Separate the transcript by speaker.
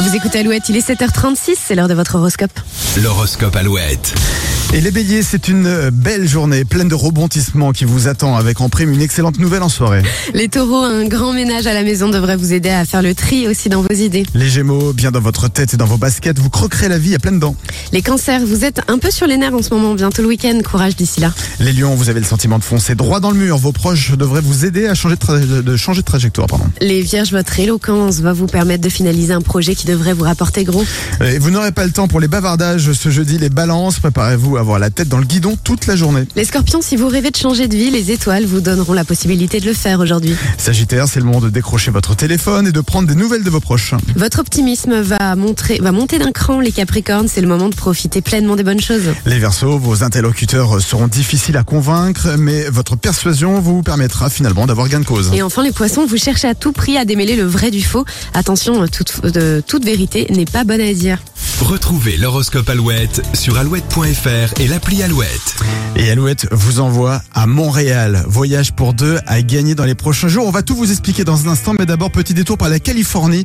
Speaker 1: Vous écoutez Alouette, il est 7h36, c'est l'heure de votre horoscope.
Speaker 2: L'horoscope Alouette.
Speaker 3: Et les béliers, c'est une belle journée pleine de rebondissements qui vous attend avec en prime une excellente nouvelle en soirée.
Speaker 1: Les taureaux, un grand ménage à la maison devrait vous aider à faire le tri aussi dans vos idées.
Speaker 3: Les gémeaux, bien dans votre tête et dans vos baskets, vous croquerez la vie à pleines dents.
Speaker 1: Les cancers, vous êtes un peu sur les nerfs en ce moment, bientôt le week-end, courage d'ici là.
Speaker 3: Les lions, vous avez le sentiment de foncer droit dans le mur. Vos proches devraient vous aider à changer de, tra- de changer de trajectoire. Pardon.
Speaker 1: Les vierges, votre éloquence va vous permettre de finaliser un projet qui devrait vous rapporter gros.
Speaker 3: Et vous n'aurez pas le temps pour les bavardages ce jeudi. Les balances, préparez-vous à avoir la tête dans le guidon toute la journée.
Speaker 1: Les scorpions, si vous rêvez de changer de vie, les étoiles vous donneront la possibilité de le faire aujourd'hui.
Speaker 3: Sagittaire, c'est le moment de décrocher votre téléphone et de prendre des nouvelles de vos proches.
Speaker 1: Votre optimisme va, montrer, va monter d'un cran, les capricornes, c'est le moment de profiter pleinement des bonnes choses.
Speaker 3: Les Verseaux, vos interlocuteurs seront difficiles à convaincre, mais votre persuasion vous permettra finalement d'avoir gain de cause.
Speaker 1: Et enfin, les poissons, vous cherchez à tout prix à démêler le vrai du faux. Attention, toute, de- toute vérité n'est pas bonne à dire.
Speaker 2: Retrouvez l'horoscope Alouette sur alouette.fr et l'appli Alouette.
Speaker 3: Et Alouette vous envoie à Montréal. Voyage pour deux à gagner dans les prochains jours. On va tout vous expliquer dans un instant, mais d'abord petit détour par la Californie.